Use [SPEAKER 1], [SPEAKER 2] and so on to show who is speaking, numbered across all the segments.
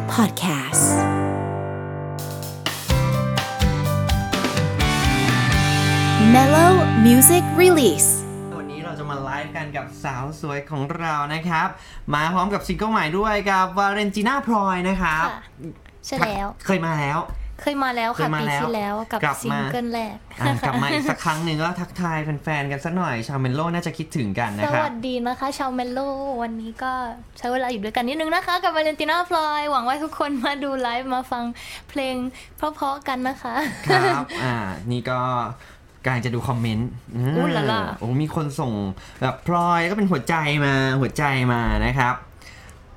[SPEAKER 1] podcasts. Mellow Music Release.
[SPEAKER 2] วันนี้เราจะมาไลฟ์กันกับสาวสวยของเรานะครับ มาพร้อมกับซิงเกิลใหม่ด้วยกับวาเลนติน่าพลอยนะครับ
[SPEAKER 3] ค่ะใช่แล้ว
[SPEAKER 2] เคยมาแล้ว
[SPEAKER 3] เคยมาแล้วค่ะ
[SPEAKER 2] เคยมา
[SPEAKER 3] ปี
[SPEAKER 2] แล้ว
[SPEAKER 3] ที่แล้วกับ
[SPEAKER 2] กลับมา
[SPEAKER 3] ซิงเกิลแรก
[SPEAKER 2] อ่ะกลับมาอีกสักครั้งหนึ่งแล้วทักทายแฟนๆกันสักหน่อยชาวเมนโลน่าจะคิดถึงกัน
[SPEAKER 3] ส
[SPEAKER 2] นะครั
[SPEAKER 3] วั
[SPEAKER 2] บ
[SPEAKER 3] สดีนะคะ ชาวเมลโลวันนี้ก็ใช้เวลาอยู่ด้วยกันนิดนึงนะคะ กับวาเลนติน่าพลอยหวังว่าทุกคนมาดูไลฟ์มาฟังเพลงเพราะๆกันนะคะ
[SPEAKER 2] ครับ อ่า นี่ก็กำลังจะดูคอมเมนต์อืม
[SPEAKER 3] อู้ละล่ะ
[SPEAKER 2] โอ้ มีคนส่งแบบพลอยก็เป็นหัวใจมา หัวใจมานะครับ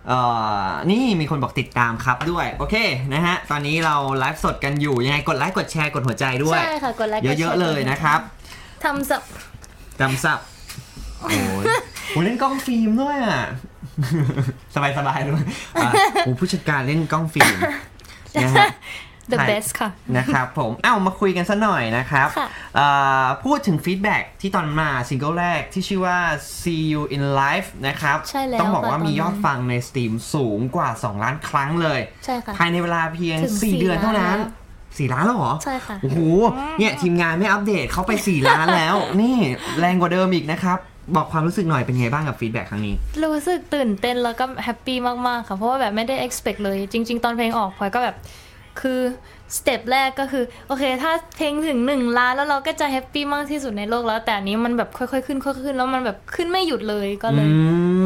[SPEAKER 2] เอ่อ นี่มีคนบอกติดตามครับด้วย โอเคนะฮะ ตอนนี้เราไลฟ์สดกันอยู่ ยังไงกดไลค์ กดแชร์ กดหัวใจด้วย
[SPEAKER 3] ใช่ค่ะกดไลค์กดแชร์
[SPEAKER 2] เยอะๆเลยนะครับ
[SPEAKER 3] ทำสับ
[SPEAKER 2] จำสับโอ้ยโหเล่นกล้องฟิล์มด้วยอ่ะ สบายสบายๆด้วยอ่ะโอ้ผู้จัดการเล่นกล้องฟิ ล์มนะฮะ
[SPEAKER 3] the
[SPEAKER 2] ใช่
[SPEAKER 3] best ค่ะ
[SPEAKER 2] นะครับผม เอ้ามาคุยกันสักหน่อยนะครับ
[SPEAKER 3] ค่ะ
[SPEAKER 2] เอ่อพูดถึงฟีดแบ็กที่ตอนมาซิงเกิลแรกที่ชื่อว่า see you in life นะครับ
[SPEAKER 3] ใช่แล้ว
[SPEAKER 2] ต้องบอกว่า
[SPEAKER 3] ค่ะ
[SPEAKER 2] มียอด
[SPEAKER 3] ตอนนั้น
[SPEAKER 2] ฟังในสตรีมสูงกว่า 2 ล้านครั้งเลย
[SPEAKER 3] ใช่ค่ะ
[SPEAKER 2] ภายในเวลาเพียง
[SPEAKER 3] ถึง
[SPEAKER 2] 4
[SPEAKER 3] 4
[SPEAKER 2] เดือนเท่านั้น4
[SPEAKER 3] ล้านแล้
[SPEAKER 2] ล้านแล้วเหรอ
[SPEAKER 3] ใช่ค่ะ
[SPEAKER 2] โอ้โห เนี่ยทีมงานไม่อัปเดตเขาไป 4 ล้านแล้ว นี่แรงกว่าเดิมอีกนะครับ บอกความรู้สึกหน่อยเป็นไงบ้างกับฟีดแบ็กครั้งนี้
[SPEAKER 3] รู้สึกตื่นเต้นแล้วก็แฮปปี้มาก ๆ ค่ะ เพราะว่าแบบไม่ได้ expect เลย จริง ๆ ตอนเพลงออกพลอยก็แบบ คือสเต็ปแรกก็คือ โอเค ถ้าเพลงถึง 1 ล้านแล้วเราก็จะแฮปปี้มากที่สุดในโลกแล้ว แต่อันนี้มันแบบค่อย ๆ ขึ้นค่อยๆขึ้นแล้วมันแบบขึ้นไม่หยุดเลยก็เลย
[SPEAKER 2] อื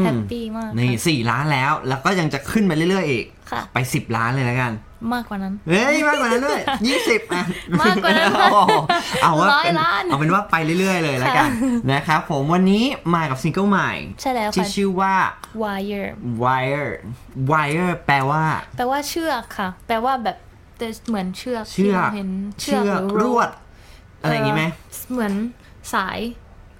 [SPEAKER 2] ม
[SPEAKER 3] แฮปปี้มาก
[SPEAKER 2] นี่
[SPEAKER 3] ค่ะ
[SPEAKER 2] สี่ล้านแล้ว แล้วก็ยังจะขึ้นไปเรื่อยๆอีก
[SPEAKER 3] ค่ะ
[SPEAKER 2] ไป 10 ล้านเลยแล้วกัน
[SPEAKER 3] มากกว่านั้น
[SPEAKER 2] เฮ้ยมากกว่านั้นด้วยยี่สิบอ่ะ
[SPEAKER 3] มากกว่านั้น
[SPEAKER 2] โอ้โหเอาว่า
[SPEAKER 3] ร้อย
[SPEAKER 2] เป็น
[SPEAKER 3] ล้าน
[SPEAKER 2] เอาเป็นว่าไปเรื่อย ๆ เลยแล้วกัน
[SPEAKER 3] ค่ะ
[SPEAKER 2] นะครับผมวันนี้มากับซิงเกิลใหม่
[SPEAKER 3] ใช่แล้ว
[SPEAKER 2] ที่
[SPEAKER 3] ค่ะ
[SPEAKER 2] ชื่อว่า
[SPEAKER 3] wire
[SPEAKER 2] wire wire แปลว่า
[SPEAKER 3] แปลว่าเชือกค่ะ แปลว่าแบบแต่เหมือนเชือก
[SPEAKER 2] เชื
[SPEAKER 3] ที่
[SPEAKER 2] อก
[SPEAKER 3] ราเห็น
[SPEAKER 2] เชือก
[SPEAKER 3] ห
[SPEAKER 2] รวด อะไรอย่างงี้ไหม
[SPEAKER 3] เหมือนสาย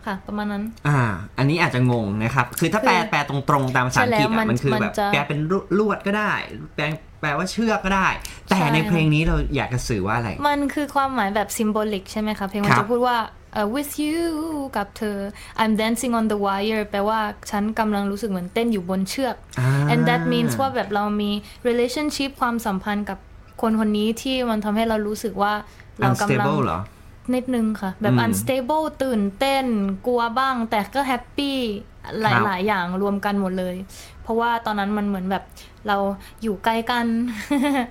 [SPEAKER 3] ค่ะ ประมาณนั้น
[SPEAKER 2] อ่า อันนี้อาจจะงงนะครับ คือถ้าแปลแปลตรงๆตามภาษาอังกฤษ
[SPEAKER 3] ใช่แล้
[SPEAKER 2] อ่ะ
[SPEAKER 3] วมัน
[SPEAKER 2] มันคือ
[SPEAKER 3] มัน
[SPEAKER 2] แบบ
[SPEAKER 3] จะ
[SPEAKER 2] แปลเป็นลวดก็ได้ แปลแปลว่าเชือกก็ได้ แต่
[SPEAKER 3] ใช่
[SPEAKER 2] ในเพลงนี้เราอยากจะสื่อว่าอะไร
[SPEAKER 3] มันคือความหมายแบบซิมโบลิกใช่ไหมคะ เพลงมั
[SPEAKER 2] ครั
[SPEAKER 3] น
[SPEAKER 2] บ
[SPEAKER 3] จะพูดว่าเอ่อ with you กับเธอ I'm dancing on the wire แปลว่าฉันกำลังรู้สึกเหมือนเต้นอยู่บนเชือก
[SPEAKER 2] อ่า
[SPEAKER 3] and that means ว่าแบบเรามี relationship ความสัมพันธ์กับคนคนนี้ที่มันทำให้เรารู้สึกว่าเรากำลัง
[SPEAKER 2] unstable เหรอ
[SPEAKER 3] นิดนึงค่ะ แบบ
[SPEAKER 2] อืม
[SPEAKER 3] unstable ตื่นเต้นกลัวบ้าง แต่ก็แฮปปี้หลาย
[SPEAKER 2] ครับ
[SPEAKER 3] หลายอย่างรวมกันหมดเลย เพราะว่าตอนนั้นมันเหมือนแบบเราอยู่ใกล้กัน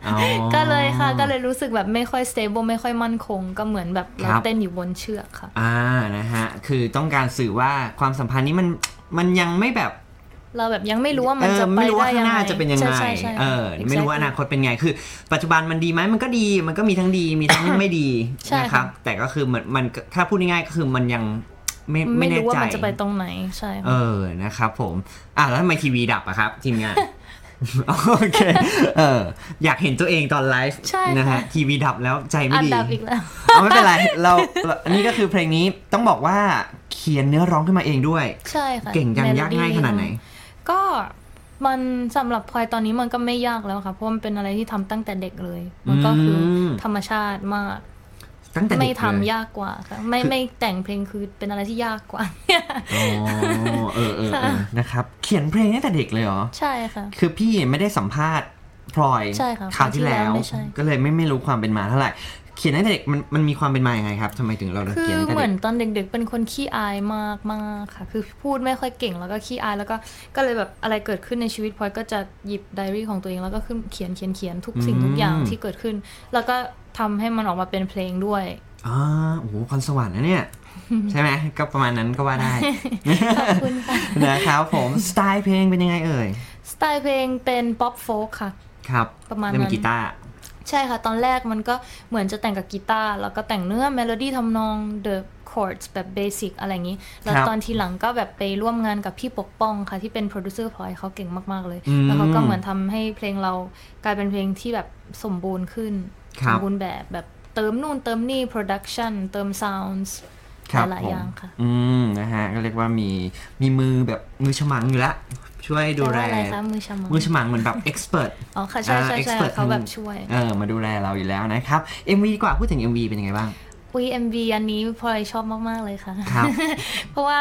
[SPEAKER 2] อ๋อ
[SPEAKER 3] ก็เลยค่ะก็เลยรู้สึกแบบไม่ค่อย stable ไม่ค่อยมั่นคง ก็เหมือนแบบเรา
[SPEAKER 2] ครับ
[SPEAKER 3] เต้นอยู่บนเชือกค่ะ
[SPEAKER 2] อ่า นะฮะ คือต้องการสื่อว่าความสัมพันธ์นี้มัน มันยังไม่แบบ
[SPEAKER 3] เราแบบยังไม่รู้ว่า
[SPEAKER 2] เอ
[SPEAKER 3] มัน
[SPEAKER 2] อ
[SPEAKER 3] จะไป
[SPEAKER 2] ไม่รู้ว่าข้า
[SPEAKER 3] ได้ยัง
[SPEAKER 2] ห
[SPEAKER 3] งไง
[SPEAKER 2] น้าจะเป็นยังไง
[SPEAKER 3] ใช่ใช่ใช่
[SPEAKER 2] เออ ไม่รู้ว่าอนาคตเป็นไง คือ ปัจจุบันมันดีไหมมันก็ดี มันก็มีทั้งดี มีทั้ง ไม่ดี
[SPEAKER 3] ใช่ค่ะ
[SPEAKER 2] นะครับ แต่ก็คือมันมัน ถ้าพูดง่ายๆก็คือมันยังไม่ไม่
[SPEAKER 3] ไม่
[SPEAKER 2] แน่
[SPEAKER 3] รู้ว่า
[SPEAKER 2] ใจ
[SPEAKER 3] มันจะไปตรงไหนใช่
[SPEAKER 2] เอ
[SPEAKER 3] ค่ะ
[SPEAKER 2] อ นะครับผม อ่ะแล้วทำไมทีวีดับอะครับ ทีม งาน โอเค เออ อยากเห็นตัวเองตอนไลฟ์
[SPEAKER 3] ใช่
[SPEAKER 2] นะฮะ
[SPEAKER 3] ค่ะ
[SPEAKER 2] ทีวีดับแล้วใจไม่
[SPEAKER 3] อัน
[SPEAKER 2] ดี
[SPEAKER 3] ดับอีกแล้ว
[SPEAKER 2] เอาไม่เป็นไร เราเราอันนี้ก็คือเพลงนี้ต้องบอกว่าเขียนเนื้อร้องขึ้นมาเองด้วย
[SPEAKER 3] ใช่ค่ะ
[SPEAKER 2] เก่งยัง
[SPEAKER 3] Melody
[SPEAKER 2] ยากง่ายขนาดไหน
[SPEAKER 3] ก็มันสำหรับพลอยตอนนี้มันก็ไม่ยากแล้วค่ะ เพราะมันเป็นอะไรที่ทำตั้งแต่เด็กเลย มันก็คืออ
[SPEAKER 2] ม
[SPEAKER 3] ธรรมชาติมาก
[SPEAKER 2] ตั้งแต่เด็ก
[SPEAKER 3] ไม่ทำ
[SPEAKER 2] เลย
[SPEAKER 3] ยากกว่าค่ะไม่ไม่แต่งเพลงคือเป็นอะไรที่ยากก ว่า
[SPEAKER 2] อ๋อเออเออเออนะครับ เขียนเพลงตั้งแต่เด็กเลยเหรอ
[SPEAKER 3] ใช่ค่ะ
[SPEAKER 2] คือพี่ไม่ได้สัมภาษณ์พลอย
[SPEAKER 3] ใช่ค่ะ
[SPEAKER 2] คราวที่แล้ว
[SPEAKER 3] คราวที่แล้วไม่ใช่
[SPEAKER 2] ก็เลยไม่ไม่รู้ความเป็นมาเท่าไหร่ เขียนตั้งแต่เด็กมันมันมีความเป็นมาอย่างไงครับทำไมถึงเราถึง
[SPEAKER 3] คื
[SPEAKER 2] เขีย
[SPEAKER 3] อน
[SPEAKER 2] ตั้งแต่
[SPEAKER 3] เหมือน
[SPEAKER 2] เด็ก
[SPEAKER 3] ตอนเด็กๆ เป็นคนขี้อายมากมากๆค่ะ คือพูดไม่ค่อยเก่งแล้วก็ขี้อายแล้วก็ก็เลยแบบอะไรเกิดขึ้นในชีวิตพลอยก็จะหยิบไดอารี่ของตัวเองแล้วก็ขึ้นเขียนเขียนเขียนทุกสิ่งทุกอย่าง
[SPEAKER 2] อืม
[SPEAKER 3] ที่เกิดขึ้น แล้วก็ทำให้มันออกมาเป็นเพลงด้วย
[SPEAKER 2] อ๋อโอ้โหพรสวรรค์นะ เนี่ย ใช่ไหมก็ประมาณนั้นก็ว่าได้
[SPEAKER 3] ขอบคุณค่ะ
[SPEAKER 2] นะครับผมสไตล์เพลงเป็นยังไงเอ่ย
[SPEAKER 3] สไตล์เพลงเป็นป๊อปโฟกค่ะ
[SPEAKER 2] ครับ
[SPEAKER 3] ประมาณ
[SPEAKER 2] เล่
[SPEAKER 3] นั้น
[SPEAKER 2] กีตาร์
[SPEAKER 3] ใช่ค่ะ ตอนแรกมันก็เหมือนจะแต่งกับกีตาร์แล้วก็แต่งเนื้อเมโลดี้ทำนอง the chords แบบเบสิกอะไรอย่างนี้ แล้ว
[SPEAKER 2] ครับ
[SPEAKER 3] ตอนทีหลังก็แบบไปร่วมงานกับพี่ปกป้องค่ะ ที่เป็นโปรดิวเซอร์พลอยเขาเก่งมาก ๆ เลย
[SPEAKER 2] อืม
[SPEAKER 3] แล้วเขาก็เหมือนทำให้เพลงเรากลายเป็นเพลงที่แบบสมบูรณ์ขึ้น
[SPEAKER 2] ครั
[SPEAKER 3] ส
[SPEAKER 2] บ
[SPEAKER 3] มบูรณ์แบบแบบเติมนู่นเติมนี่ production เติม sounds หลายๆอย่างค่ะ
[SPEAKER 2] ผมอืมนะฮะก็เรียกว่ามีมีมือแบบมือฉมังอยู่ละช่วยดูแล
[SPEAKER 3] ปว่าอะไรคะมือชมัง
[SPEAKER 2] มือฉมังเหมือนแบบเอ็กซ์เพรส
[SPEAKER 3] อ๋อค่ะใช่ใช่ใช่
[SPEAKER 2] อ่า expert
[SPEAKER 3] เขาแบบช่วย
[SPEAKER 2] เออมาดูแลเราอยู่แล้วนะครับ MV ดีกว่าพูดถึง MV เป็นยังไงบ้าง
[SPEAKER 3] อุ้ย MV อันนี้พลอยชอบมาก ๆ เลยค่ะ
[SPEAKER 2] ครับ
[SPEAKER 3] เพราะว่า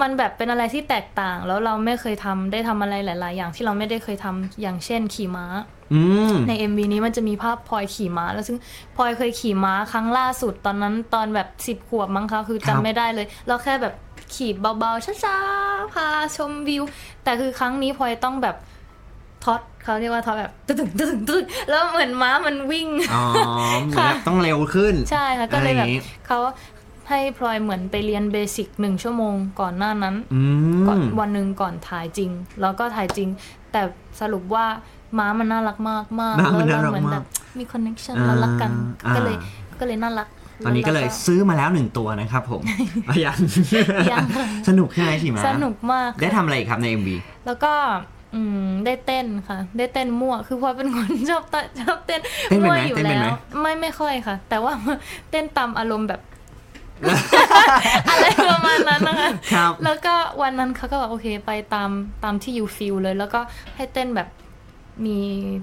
[SPEAKER 3] มันแบบเป็นอะไรที่แตกต่าง แล้วเราไม่เคยทำได้ทำอะไรหลาย ๆ อย่างที่เราไม่ได้เคยทำอย่างเช่นขี่ม้า
[SPEAKER 2] อืม
[SPEAKER 3] ใน MV นี้มันจะมีภาพพลอยขี่ม้า แล้วซึ่งพลอยเคยขี่ม้าครั้งล่าสุดตอนนั้นตอนแบบสิบ10ขวบมั้งคะคือ
[SPEAKER 2] ครับ
[SPEAKER 3] จำไม่ได้เลยเราแค่แบบขี่เบาๆช้าๆพาชมวิว แต่คือครั้งนี้พลอยต้องแบบท็อตเขาเรียกว่าท็อตแบบ ตึ๊ดตึ๊ดตึ๊ดตึ๊ดแล้วเหมือนม้ามันวิ่ง
[SPEAKER 2] อ๋อเหมือนแบบ
[SPEAKER 3] ค่ะ
[SPEAKER 2] ต้องเร็วขึ้น
[SPEAKER 3] ใช่ค่ะก็เลย
[SPEAKER 2] อะไรอ
[SPEAKER 3] แบ
[SPEAKER 2] ย่า
[SPEAKER 3] บ
[SPEAKER 2] งงี้
[SPEAKER 3] เขาให้พลอยเหมือนไปเรียนเบสิกหนึ่งชั่วโมงก่อนหน้านั้น
[SPEAKER 2] อืม
[SPEAKER 3] ก่อนวันหนึ่งก่อนถ่ายจริง แล้วก็ถ่ายจริง แต่สรุปว่าม้ามันน่ารักมากมาก
[SPEAKER 2] ม้ามัน
[SPEAKER 3] แล้ว
[SPEAKER 2] น่ารั
[SPEAKER 3] เรา
[SPEAKER 2] ก
[SPEAKER 3] เหมือน
[SPEAKER 2] มา
[SPEAKER 3] แบ
[SPEAKER 2] ก
[SPEAKER 3] บมีคอนเน c t ชัน
[SPEAKER 2] อ่า
[SPEAKER 3] เรารักกัน
[SPEAKER 2] อ่า
[SPEAKER 3] ก็เลยก็เลยน่ารัก
[SPEAKER 2] ตอนนี้ก็เลย
[SPEAKER 3] แล้ว
[SPEAKER 2] ซื้อมาแล้วหนึ่งตัวนะครับ ผมอ่ะยัง
[SPEAKER 3] ยัง
[SPEAKER 2] สนุกใช่ไหมชิ
[SPEAKER 3] ก็
[SPEAKER 2] มา
[SPEAKER 3] สนุกมาก
[SPEAKER 2] ได้
[SPEAKER 3] ค่ะ
[SPEAKER 2] ทำอะไรอีกครับใน MV
[SPEAKER 3] แล้วก็อืมได้เต้นค่ะ ได้เต้นมั่วคือพลอยเป็นคน ชอบเต้นชอบเต้น
[SPEAKER 2] เต้นเป็น
[SPEAKER 3] มั่ว
[SPEAKER 2] ไหม
[SPEAKER 3] อยู่
[SPEAKER 2] เต้นเป็น
[SPEAKER 3] แล้
[SPEAKER 2] ไหม
[SPEAKER 3] วไม่ไม่ค่อยค่ะ แต่ว่า เต้นตามอาร มณ์แบบ อะไรประมาณนั้นนะคะ
[SPEAKER 2] ครับ
[SPEAKER 3] แล้วก็วันนั้นเขาก็บอกโอเคไปตามตามที่ยูฟิลเลย แล้วก็ให้เต้นแบบมี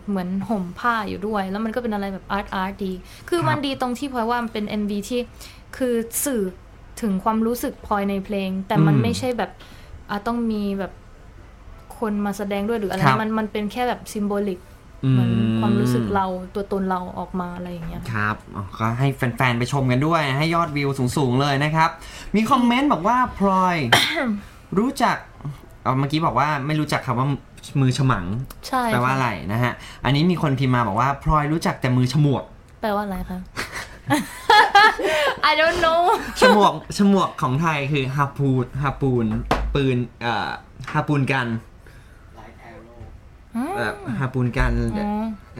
[SPEAKER 3] เหมือนห่มผ้าอยู่ด้วย แล้วมันก็เป็นอะไรแบบอาร์ตอาร์ตดี คือมัน
[SPEAKER 2] ครับ
[SPEAKER 3] ดีตรงที่พลอยว่ามันเป็น MV ที่คือสื่อถึงความรู้สึกพลอยในเพลง แต่มันไม่ใช่แบบอ่ะต้องมีแบบคนมาแสดงด้วยหรืออะไรมันมันเป็นแค่แบบซิมโบลิกเหมือนความรู้สึกเราตัวตนเราออกมาอะไรอย่างเงี้ย
[SPEAKER 2] ครับอ๋อก็ให้แฟนๆ ไปชมกันด้วย ให้ยอดวิวสูงๆ เลยนะครับ มีคอมเมนต์บอกว่าพลอย รู้จักเอ่อเมื่อกี้บอกว่าไม่รู้จักคำว่ามือฉมัง
[SPEAKER 3] ใช่
[SPEAKER 2] แปลว่า
[SPEAKER 3] ค่ะ
[SPEAKER 2] อะไรนะฮะ อันนี้มีคนพิมพ์มาบอกว่าพลอยรู้จักแต่มือฉมวก
[SPEAKER 3] แปลว่าอะไรคะ I don't know
[SPEAKER 2] ฉมวก ฉมวกของไทยคือฮาปูนฮาปูน ปืนเอ่อฮาปูนกัน
[SPEAKER 3] อืม
[SPEAKER 2] แบบฮาปูนกัน
[SPEAKER 3] อ๋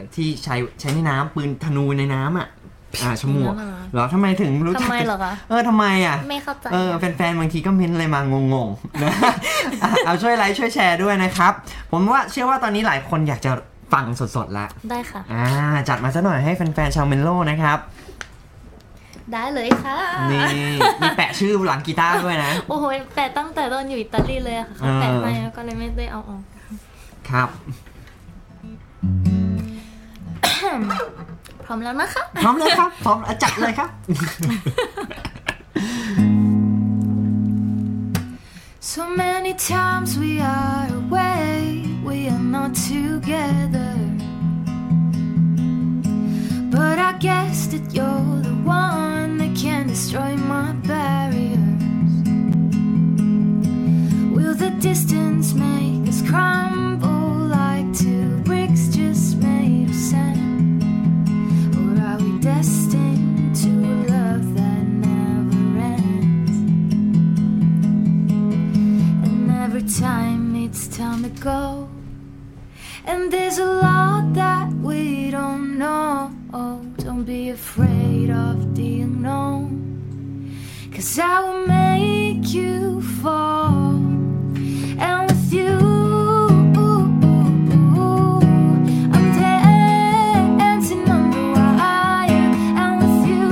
[SPEAKER 3] อ
[SPEAKER 2] ที่ใช้ใช้ในน้ำปืนธนูในน้ำอ่ะอ่าฉมวก
[SPEAKER 3] น้ำอะไรวะ
[SPEAKER 2] เหรอทำไมถึงรู้จัก
[SPEAKER 3] ทำไมเหรอคะ
[SPEAKER 2] เออทำไมอ่ะ
[SPEAKER 3] ไม่เข้าใจ
[SPEAKER 2] เออแฟนๆบางทีก็เม้นอะไรมางงๆนะ อ่ะเอาช่วยไลค์ช่วยแชร์ด้วยนะครับ ผมว่าเชื่อว่าตอนนี้หลายคนอยากจะฟังสดๆละ
[SPEAKER 3] ได้ค่ะ
[SPEAKER 2] อ่าจัดมาซะหน่อยให้แฟนๆชาวเมนโลนะครับ
[SPEAKER 3] ได้เลยค่ะ
[SPEAKER 2] นี่มีแปะชื่อหลังกีตาร์ด้วยนะ
[SPEAKER 3] โอ้โหแปะตั้งแต่ตอนอยู่อิตาลีเลยอะค่ะเขาแปะให้แล้วก็เลยไม่ได้เอาออก
[SPEAKER 2] ครับ
[SPEAKER 3] พร้อมแล้วนะคะ
[SPEAKER 2] พร้อมเลยครับ พร้อมอ่ะจัดเลยครับ
[SPEAKER 3] So many times we are away, we are not together. But I guess that you're the one that can destroy my barriers. Will the distance make us crumble like two bricks just made of sand? Or are we destined to a love that never ends? And every time it's time to go. And there's a lot that we don't know. Don't be afraid of the unknown. Cause I will make you fall. And with you, I'm dancing on the wire. And with you,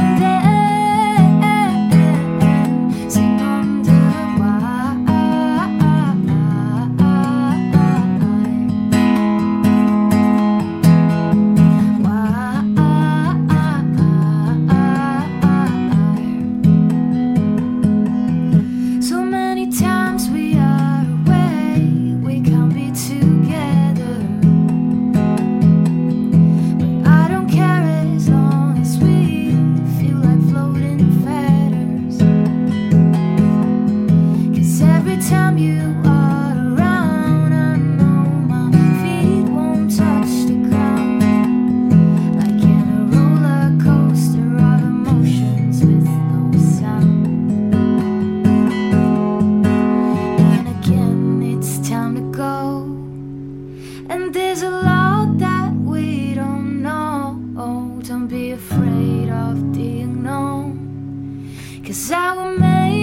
[SPEAKER 3] I'm dancing on the wire. Wire. Oh,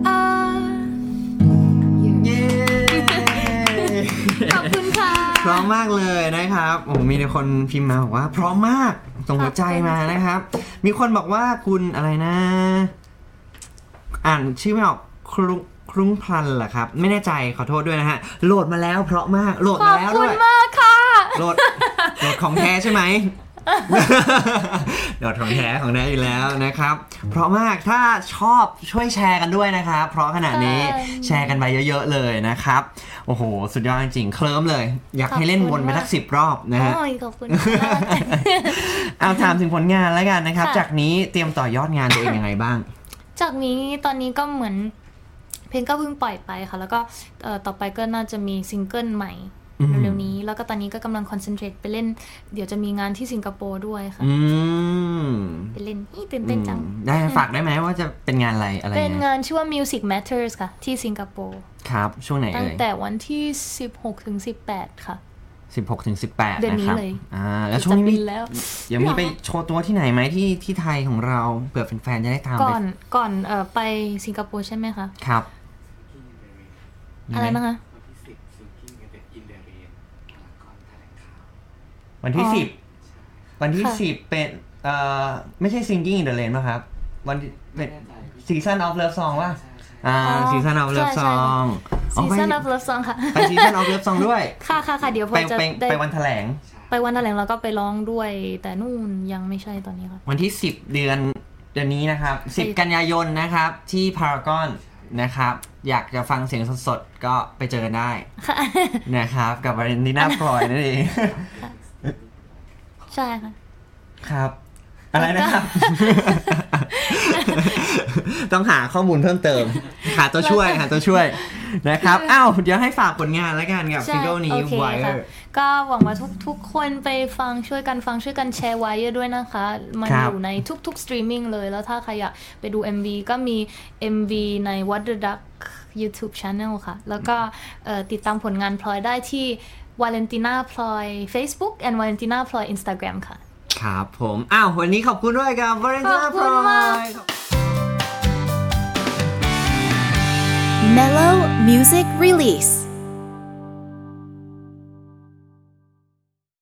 [SPEAKER 2] มากเลยนะครับโอ้โหมีแต่คนพิมพ์มาบอกว่า พร้อมมากส่งหัวใจมานะครับ มีคนบอกว่าคุณอะไรนะ อ่านชื่อไม่ออกครุงครุงพลันเหรอครับ ไม่แน่ใจขอโทษด้วยนะฮะ โหลดมาแล้วเพราะมากโหลด
[SPEAKER 3] ขอ
[SPEAKER 2] มา
[SPEAKER 3] บ
[SPEAKER 2] แล้ว
[SPEAKER 3] คุ
[SPEAKER 2] ด้
[SPEAKER 3] ณ
[SPEAKER 2] วย
[SPEAKER 3] มากค่ะ
[SPEAKER 2] โหลดโหลดของแท้ใช่ไหม โหลดของแท้ของแท้อยู่แล้วนะครับ เพราะมากถ้าชอบช่วยแชร์กันด้วยนะครับ เพราะขนาดนี้
[SPEAKER 3] ใช่
[SPEAKER 2] แชร์กันไปเยอะๆเลยนะครับ โอ้โห สุดยอดจริงๆเคลิ้มเลย อยากให้เล่นวนไป
[SPEAKER 3] ขอบคุณมา
[SPEAKER 2] สั
[SPEAKER 3] ก
[SPEAKER 2] กสิบรอบนะฮะ
[SPEAKER 3] โอ้ยขอบคุณมาก
[SPEAKER 2] เอาถามถึงผลงานแล้วกันนะครับ
[SPEAKER 3] ค่ะ
[SPEAKER 2] จากนี้เตรียมต่อยอดงานตัวเองยังไงบ้าง
[SPEAKER 3] จากนี้ตอนนี้ก็เหมือน เพลงก็เพิ่งปล่อยไปค่ะ แล้วก็เอ่อต่อไปก็น่าจะมีซิงเกิลใหม่
[SPEAKER 2] อืม
[SPEAKER 3] เร็วๆนี้ แล้วก็ตอนนี้ก็กำลังคอนเซนเทรตไปเล่น เดี๋ยวจะมีงานที่สิงคโปร์ด้วยค่ะ
[SPEAKER 2] อืม
[SPEAKER 3] ไปเล่นอี้ตื่นเต้นจัง
[SPEAKER 2] อืมได้ฝากได้ไหมว่าจะเป็นงานอะไรอะไร
[SPEAKER 3] เป็น
[SPEAKER 2] เนี่ย
[SPEAKER 3] งานชื่อว่า Music Matters ค่ะ ที่สิงคโปร์
[SPEAKER 2] ครับ ช่วงไหน
[SPEAKER 3] ตั้ง
[SPEAKER 2] เอ่ย
[SPEAKER 3] แต่วันที่ 16ถึง18 ค่ะ
[SPEAKER 2] สิบหกถึงสิบแปด
[SPEAKER 3] เดือน
[SPEAKER 2] นะ
[SPEAKER 3] นี้
[SPEAKER 2] ครับ
[SPEAKER 3] เลย
[SPEAKER 2] อ่าแล้วช่วงนี้มี
[SPEAKER 3] จะบิแล้ว
[SPEAKER 2] ยังมีไปโชว์ตัวที่ไหนไหมที่ที่ไทยของเราเผื่อแฟนๆจะได้ตามไป
[SPEAKER 3] ก่อนก่อนเอ่อไปสิงคโปร์ใช่ไหมคะ
[SPEAKER 2] ครับมี
[SPEAKER 3] อะ
[SPEAKER 2] หม
[SPEAKER 3] ไรนะคะ
[SPEAKER 4] วันที่สิบซูกิ้งกันเป็นอินเดเรียนพารากอนแถลงข่าว
[SPEAKER 2] วันที่
[SPEAKER 3] อ๋อ
[SPEAKER 2] สิบวันที่
[SPEAKER 3] ค่ะ
[SPEAKER 2] สิบเป็นเอ่อไม่ใช่ Singing in the Rain ป่ะครับ วันที่เป็น Season of Love Song ป่ะ
[SPEAKER 4] ใช่ใช่
[SPEAKER 2] อ่า
[SPEAKER 3] อ๋อ
[SPEAKER 2] Season of Love
[SPEAKER 3] ใช่ใช่
[SPEAKER 2] Song อ๋อ
[SPEAKER 3] ซี
[SPEAKER 2] ไป
[SPEAKER 3] ซันอัพเลิฟซองค่ะ
[SPEAKER 2] ไป Season of Love Song ด้วย
[SPEAKER 3] ค่ะค่ะค่ะเดี๋ยวพ
[SPEAKER 2] ไป
[SPEAKER 3] อจะ
[SPEAKER 2] ไป
[SPEAKER 3] ได้
[SPEAKER 2] ไปวันแถลง
[SPEAKER 3] ไปวันแถลงเราก็ไปร้องด้วย แต่นู่นยังไม่ใช่ตอนนี้ค่ะ
[SPEAKER 2] วันที่ 10 เดือนเดือนนี้นะครับ 10 กันยายนนะครับ ที่พารากอนนะครับ อยากจะฟังเสียงสดๆ ก็ไปเจอกันได้
[SPEAKER 3] ค่ะ
[SPEAKER 2] นะครับ กับวาเลนติน่าพลอยนั่นเอง
[SPEAKER 3] ใช่ค่ะ
[SPEAKER 2] ครับ อะไรนะครับ ต้องหาข้อมูลเพิ่มเติม หาตัวช่ วยหาตัวช่วยนะครับ อ้าว เดี๋ยวให้ฝากผลงานแล้วกันกับ
[SPEAKER 3] ใช่
[SPEAKER 2] ซิงเกิลนี้
[SPEAKER 3] โอเค
[SPEAKER 2] ไว้
[SPEAKER 3] ค่ะก็หวังว่าทุกทุกคนไปฟังช่วยกันฟังช่วยกันแชร์ไว้เยอะด้วยนะคะ มัน
[SPEAKER 2] ครับ
[SPEAKER 3] อยู่ในทุกๆสตรีมมิ่งเลยแล้วถ้าใครอยากไปดู MV ก็มี MV ใน What the Duck YouTube Channel ค่ะ แล้วก็เอ่อติดตามผลงานพลอยได้ที่ Valentina Ploy Facebook and Valentina Ploy Instagram ค่ะ
[SPEAKER 2] ครับผม อ้าว วันนี้ขอบคุณด้วยกับวาเลนติ
[SPEAKER 3] ข
[SPEAKER 2] น่า
[SPEAKER 3] อบ
[SPEAKER 2] พ
[SPEAKER 3] คุ
[SPEAKER 2] ล
[SPEAKER 3] ณ
[SPEAKER 2] อ
[SPEAKER 3] มาก
[SPEAKER 2] ย
[SPEAKER 1] Mellow Music Release.